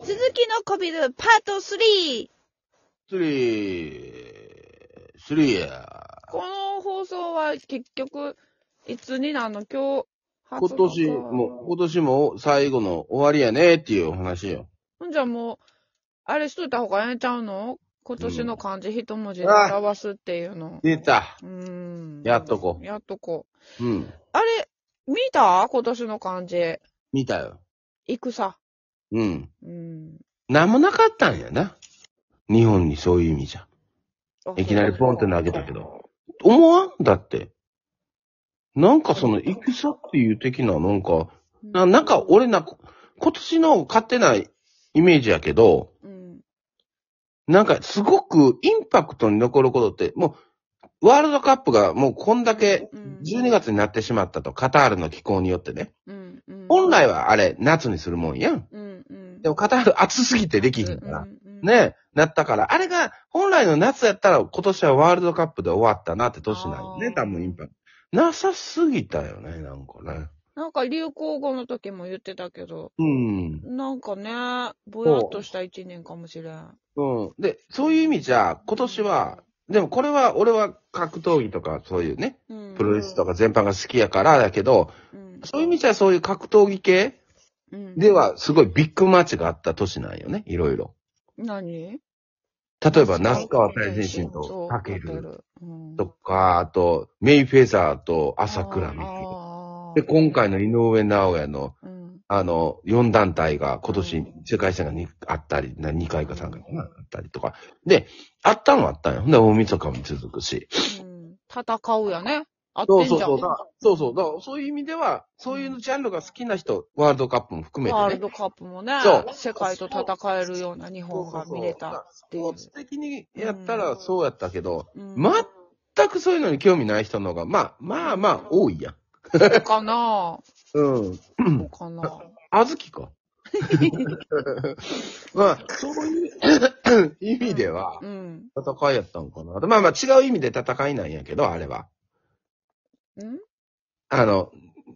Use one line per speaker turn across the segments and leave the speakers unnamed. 続きのこびるパート 3!
スリー、スリーや。
この放送は結局、いつになんの今日、
今年も、。今年も最後の終わりやねっていうお話よ。
ほんじゃもう、あれしといた方がええんちゃうの今年の漢字一文字で
うんあ
表すっていうの。
出た。
うーん。
やっとこ
やっとこう。
う。うん。
あれ、見た今年の漢字。
見たよ。
戦。
うん。
うん。
なんもなかったんやな。日本にそういう意味じゃ。
あ
いきなりポンって投げたけど。思わんだって。なんかその、戦っていう的な、なんか、
そう
ななんか、俺な、今年の勝手なイメージやけど、
うん。
なんかすごくインパクトに残ることって、もう、ワールドカップがもうこんだけ
うん
12月になってしまったと、カタールの気候によってね。
うん。うん
本来はあれ、夏にするもんやん。
うん。うん。
でもカタール暑すぎてできひんから
う。ん。うん。
ねなったから、あれが本来の夏やったら今年はワールドカップで終わったなって年なんよ
あ
ね、
ー
多分インパクト。なさすぎたよね、なんかね。
なんか流行語の時も言ってたけど、
うん。
なんかね、ぼやっとした一年かもしれん。
うん。で、そういう意味じゃ、今年は、でもこれは俺は格闘技とかそういうね、
うん
プロレスとか全般が好きやからだけど、
うん
そういう意味じゃそういう格闘技系
うん
ではすごいビッグマッチがあった年なんよね、いろいろ。
何
例えば、那須川大前進とタケル
うん
とか、あと、メイフェザーと朝倉美希。
あー
で、今回の井上尚弥の、
うん
あの、4団体が今年世界戦がにあったり、な2回か3回かな、あったりとか。で、あったのはあったんよ。ほんで、大晦日も続くし。
うん戦うやね。あっ
そ
て
うん
じ
そう
ゃ
そ
ん
う。。そうそう。だからそういう意味では、そういうジャンルが好きな人、ワールドカップも含めて、ね。
ワールドカップもね
そ、う
世界と戦えるような日本が見れたっていう
スポー。ツ的にやったらそうやったけど、
うん
全くそういうのに興味ない人の方が、まあ、まあまあ多いやん。
そうかな
うん。
そうかな
あずき か。まあ、そういう意味では、
うん。
戦いやったんかな。まあまあ違う意味で戦いなんやけど、あれは。
うん
あの、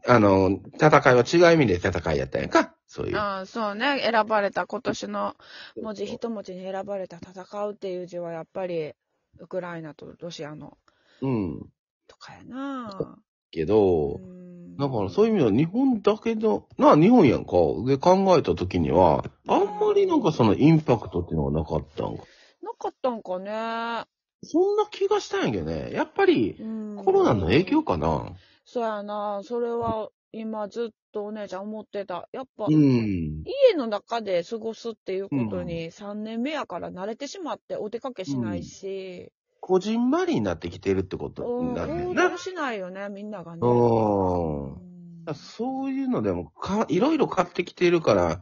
あの、戦いは違う意味で戦いやったんやんか。そういう。
ああ、そうね。選ばれた、今年の文字、一文字に選ばれた戦うっていう字は、やっぱり、ウクライナとロシアの、
うん。
とかやな
け
ぁ。
ど、
ん
だからそういう意味では日本だけの、なあ、日本やんか。で考えたときには、あんまりなんかそのインパクトっていうのがなかったんか。
なかったんかね。
そんな気がしたんやけどね。やっぱり
うん
コロナの影響かな。
そうやなそれは、今ずっとお姉ちゃん思ってた。やっぱ、
うん。
家の中で過ごすっていうことに、3年目やから慣れてしまって、お出かけしないし、
こじんまりになってきてるってこと
うん、
になるね
行
んな。
動しないよね、みんながね。
うん
うん
だからそういうのでもか、いろいろ買ってきてるから、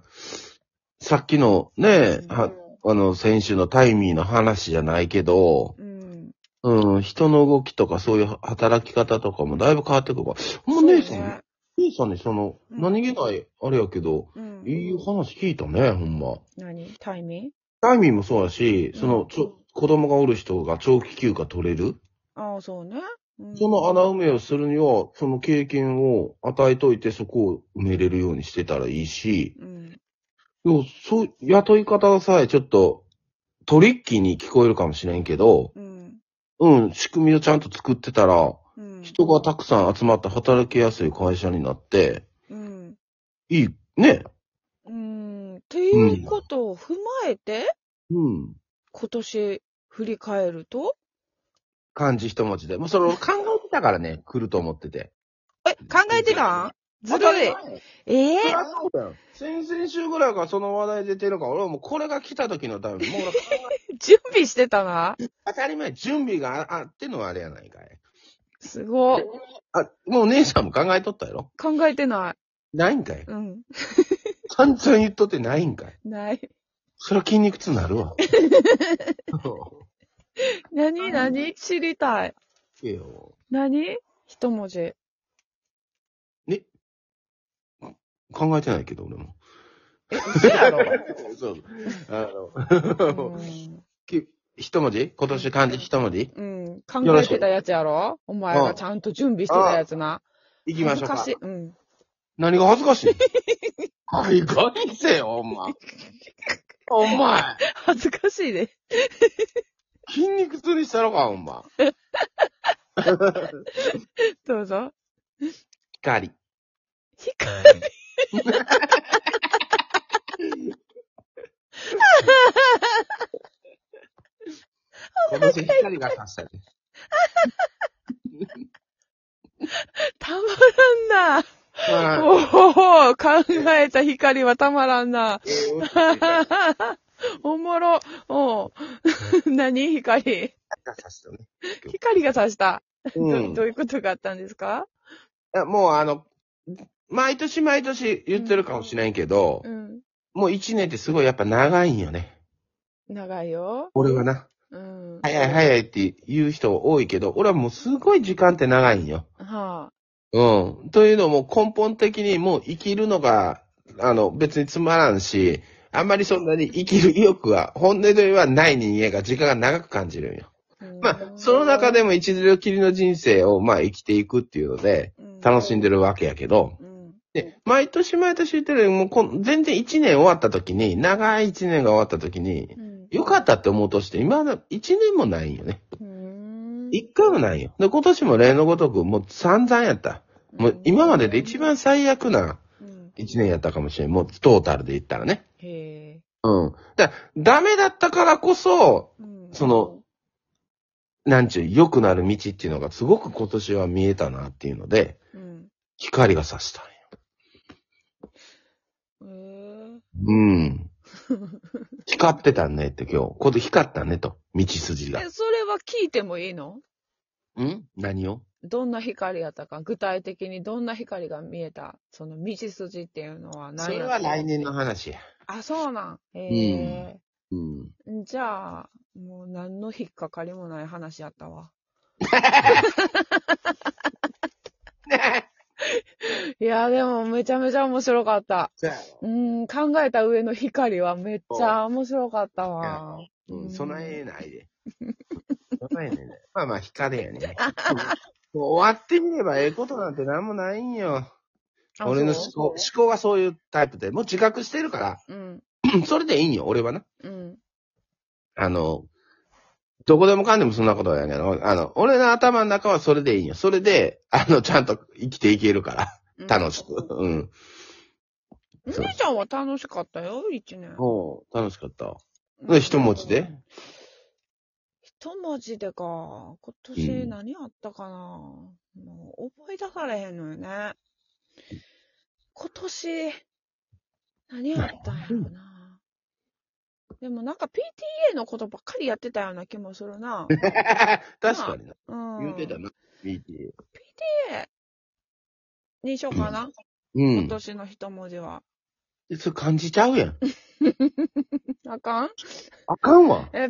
さっきのね、はあの、先週のタイミーの話じゃないけど、
うん。
うん、人の動きとかそういう働き方とかもだいぶ変わってくるから。もう姉さ
そ
ん、
うね
姉さんにその、
うん
何気ない、あれやけど、
うん
いい話聞いたね、ほんま。
何タイミン
タイミーもそうやし、
うん
その、ちょ、子供がおる人が長期休暇取れる、
ああ、そうね。うん
その穴埋めをするには、その経験を与えといて、そこを埋めれるようにしてたらいいし、
うん。
でもそう、雇い方さえちょっと、トリッキーに聞こえるかもしれんけど、
うん。
うん、仕組みをちゃんと作ってたら、
うん。
人がたくさん集まって働きやすい会社になって、
うん。
いい、ね。
うん。っていうことを踏まえて、
うん。
今年振り返ると
漢字一文字で。もうそれを考えてたからね、 来ると思ってて。
え、考えてたんずるい。ええ
そりゃそうだよ先々週ぐらいからその話題出てるから、俺はもうこれが来た時のために、もう俺
準備してたな
当たり前、準備がああってのはあれやないかい。
すごい。
あ、もう姉さんも考えとったやろ
考えてない。
ないんかい。
うん。
散々言っとってないんかい。
ない。
そりゃ筋肉痛にな るわ。
何何知りたい。
いいよ
何一文字。
考えてないけど、俺も。
え、嘘やろ
そう。あ
う
の、
ん
一文字今年漢字一文字
うん。考えてたやつやろお前がちゃんと準備してたやつな。
いきましょ
恥
うか
ず。しい。うん。
何が恥ずかし い海外にせよ、お前。お前、
恥ずかしいで。
筋肉痛にしたのか、お前。
どうぞ。
光。
光
今年光がさしたね。
たまらんな。お
は
お考えた光はたまらんな。
いえー光が
おもろ。おう何光。
さしたね
光が差した。
う
ど
ん
どういうことがあったんですか
いやもうあの、毎年毎年言ってるかもしれんけど、
うん。
もう一年ってすごいやっぱ長いんよね。
長いよ。
俺はな。
うん。
早い早いって言う人多いけど、俺はもうすごい時間って長いんよ。
は
うん。というのも根本的にもう生きるのが、あの、別につまらんし、あんまりそんなに生きる意欲は、本音ではない人間が時間が長く感じるんよ。
あ。
まあ、その中でも一度きりの人生を、まあ、生きていくっていうので、楽しんで
る。
るわけやけど、
うん。
で、毎年毎年言ってるよりもこん、全然1年終わった時に、長い1年が終わった時に、
うん
良かったって思うとして、今の1年もないんよね。
うーん
1回もないよ。で、今年も例のごとく、もう散々やった。もう今までで一番最悪な
うん
1年やったかもしれん。もうトータルで言ったらね。
へえ。
うん。だからダメだったからこそ、
うん
その、なんちゅう、良くなる道っていうのがすごく今年は見えたなっていうので、
うん。
光が差したんよ。
へえ
うん。光ってたねって今日。これ光ったねと。道筋が。
え、それは聞いてもいいの
ん何を
どんな光やったか、具体的にどんな光が見えた、その道筋っていうのは何や
それは来年の話や。
あ、そうなん。へえ、
うん。
じゃあ、もう何の引っかかりもない話やった わ。いや、でもめちゃめちゃ面白かった。うん、考えた上の光はめっちゃ面白かったわ。
うん、備えない で。備えないで。まあまあ、光や ね。もう終わってみればええことなんてなんもないんよ。
あ
俺の
そ
思考、思考はそういうタイプで、もう自覚してるから、
ううん、
うんそれでいいんよ、俺はな。
うん、
あの、どこでもかんでもそんなことはやけど、あの、俺の頭の中はそれでいいんよ。それで、あの、ちゃんと生きていけるから、
うん。
楽しく。うん。
お
そう
姉ちゃんは楽しかったよ、一年。
おう楽しかった。で、一文字 で
一文字でか。今年何あったかな、もう覚え出されへんのよね。今年、何あったんやろな。でもなんか PTA のことばっかりやってたような気もする な。
確かにな。
うん。
言うてたな。BTA。
にしようかな、
う
今
ん。
年の一文字は。
それ感じちゃうやん。
あかん
あかん わ。
え、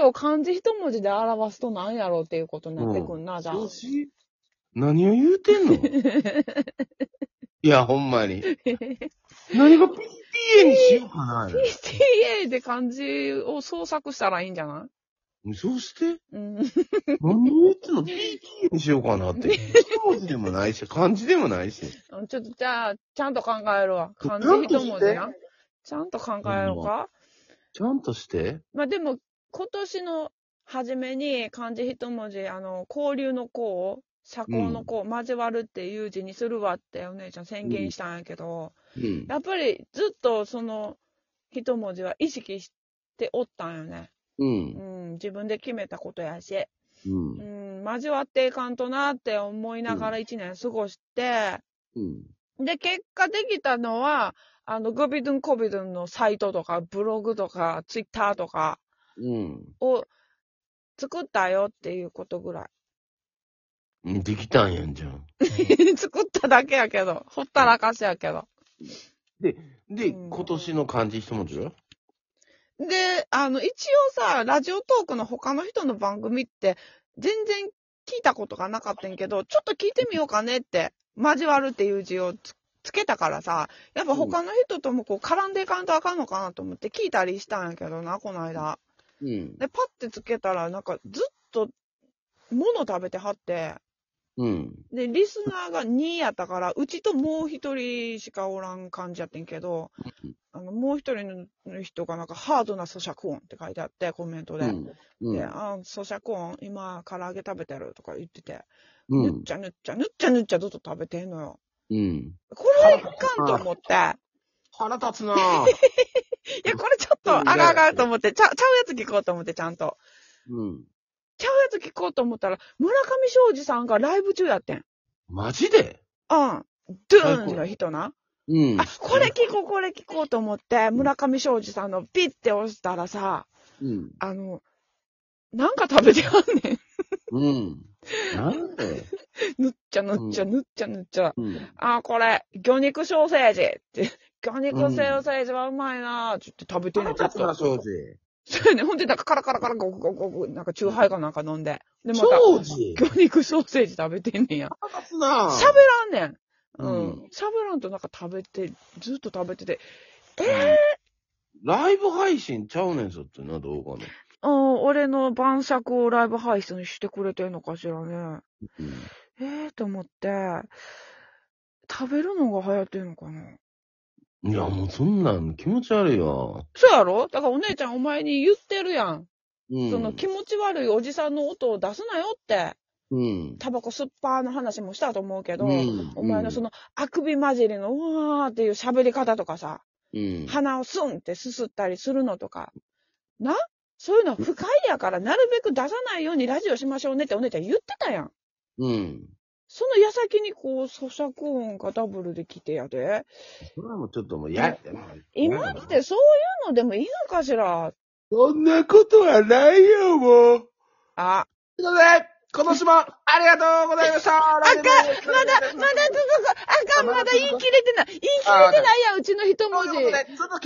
PTA を漢字一文字で表すと何やろうっていうことになってくんな、じゃあ。
調子何を言う てんのいや、ほんま に。何が PTA にしようかな。
PTA で漢字を創作したらいいんじゃない
そうして
うん。
何を言ってんの ?PTA にしようかなって。一文字でもないし、漢字でもないし。
うんちょっとじゃあ、ちゃんと考えるわ。
ちゃ
漢
ん
字
と
一
し
文字
て
な。ちゃんと考えようか。
ちゃんとして
まあでも、今年の初めに漢字一文字、あの、交流の子を、社交の子を交わるっていう字にするわってお姉ちゃん宣言したんやけど、
うん。
やっぱりずっとその一文字は意識しておったんよね。
う。
うんん、自分で決めたことやし。
うん
う。ん、交わっていかんとなって思いながら一年過ごして、
うん。
で、結果できたのは、あの、グビドゥンコビドゥンのサイトとか、ブログとか、ツイッターとか
うん
を作ったよっていうことぐ ら
うん。できたんやんじゃん。
い。作っただけやけど、ほったらかしやけど。
で、
うん
今年の漢字一文字は
で、あの、一応さ、ラジオトークの他の人の番組って、全然聞いたことがなかったんやけど、ちょっと聞いてみようかねって、交わるっていう字をつつけたからさ、やっぱ他の人ともこう絡んでいかんとあかんのかなと思って聞いたりしたんやけどな、この間。
うん。
で、パッてつけたら、なんかずっと、物食べてはって、
うん。
で、リスナーが2やったから、うちともう一人しかおらん感じやってんけど、あの、もう一人の人がなんか、ハードな咀嚼音って書いてあって、コメント
う
で。
ん。う
で、
ん。
あ、咀嚼音、今、唐揚げ食べてるとか言ってて、
う
ぬ
ん
っちゃぬっちゃ、ぬっちゃぬっちゃずっと食べてんのよ。
うん。
これはいかんと思って、いや、
腹立つなぁ。
これちょっと、あがあがと思って、ちゃ、ちゃうやつ聞こうと思って、ちゃんと。
うん。
ちゃうやつ聞こうと思ったら、村上昌司さんがライブ中やってん。
マジで
うん。ドゥーンの人な。
うん
あ、これ聞こう、これ聞こうと思って、村上昌司さんのピッて押したらさ、
うん。
あの、なんか食べてはんねん。
うん。なんで
ぬっちゃぬっちゃ
う
ぬっちゃぬっちゃ。
うん。
あ、これ、魚肉ソーセージって。魚肉ソーセージはうまいなぁ。ちょっと食べてん
腹
の、ちょっ
立つな、
と。
庄司。
そうやね。ほんで、なんかカラカラカラゴクゴクゴク、なんかチューハイかなんか飲んで。で、また、
庄司
魚肉ソーセージ食べてんねんや。
腹立つなぁ。
喋らんねん。うん
うん。
喋らんとなんか食べて、ずっと食べてて。
ライブ配信ちゃうねんぞってな、動画の。
うん、俺の晩酌をライブ配信してくれてんのかしらね。
うん。
ええー、と思って、食べるのが流行ってんのかない
や、もうそんなん気持ち悪いわ。
そうやろだからお姉ちゃんお前に言ってるやん。
うん。
その気持ち悪いおじさんの音を出すなよって、
うん。
タバコ吸っぱーの話もしたと思うけど、
うん
お前のそのあくび混じりのうわーっていう喋り方とかさ、
うん。
鼻をスンってすすったりするのとか、なそういうのは不快やから、なるべく出さないようにラジオしましょうねってお姉ちゃん言ってたやん。
うん。
その矢先にこう、咀嚼音がダブルで来てやで。
それはもうちょっともうやって。
今ってそういうのでもいいのかしら
そんなことはないよ、もう。
あ、
ということで、今年もありがとうございましたあ
あかんまだ、まだ続く。あかん、まだ言い切れてない。言い切れてないやん、うちの一文字。
ちょっと